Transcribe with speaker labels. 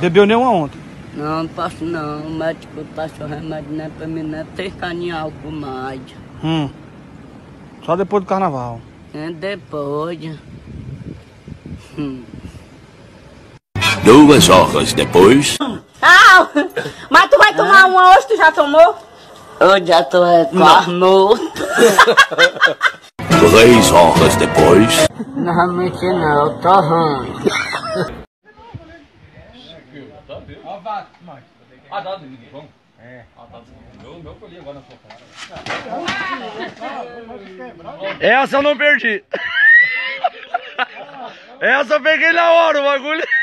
Speaker 1: Bebeu nenhuma ontem.
Speaker 2: Não, não posso não. O médico passou remédio, não é pra mim, não é ficar em álcool mais.
Speaker 1: Hum. Só depois do carnaval.
Speaker 2: É depois. Hum.
Speaker 3: Duas horas depois.
Speaker 4: Ah, mas tu vai tomar uma hoje, tu já tomou?
Speaker 2: Hoje já tô é quase morto.
Speaker 3: Três horas depois.
Speaker 2: Normalmente não, eu tô ruim.
Speaker 1: Essa eu não perdi. Essa eu peguei na hora o bagulho.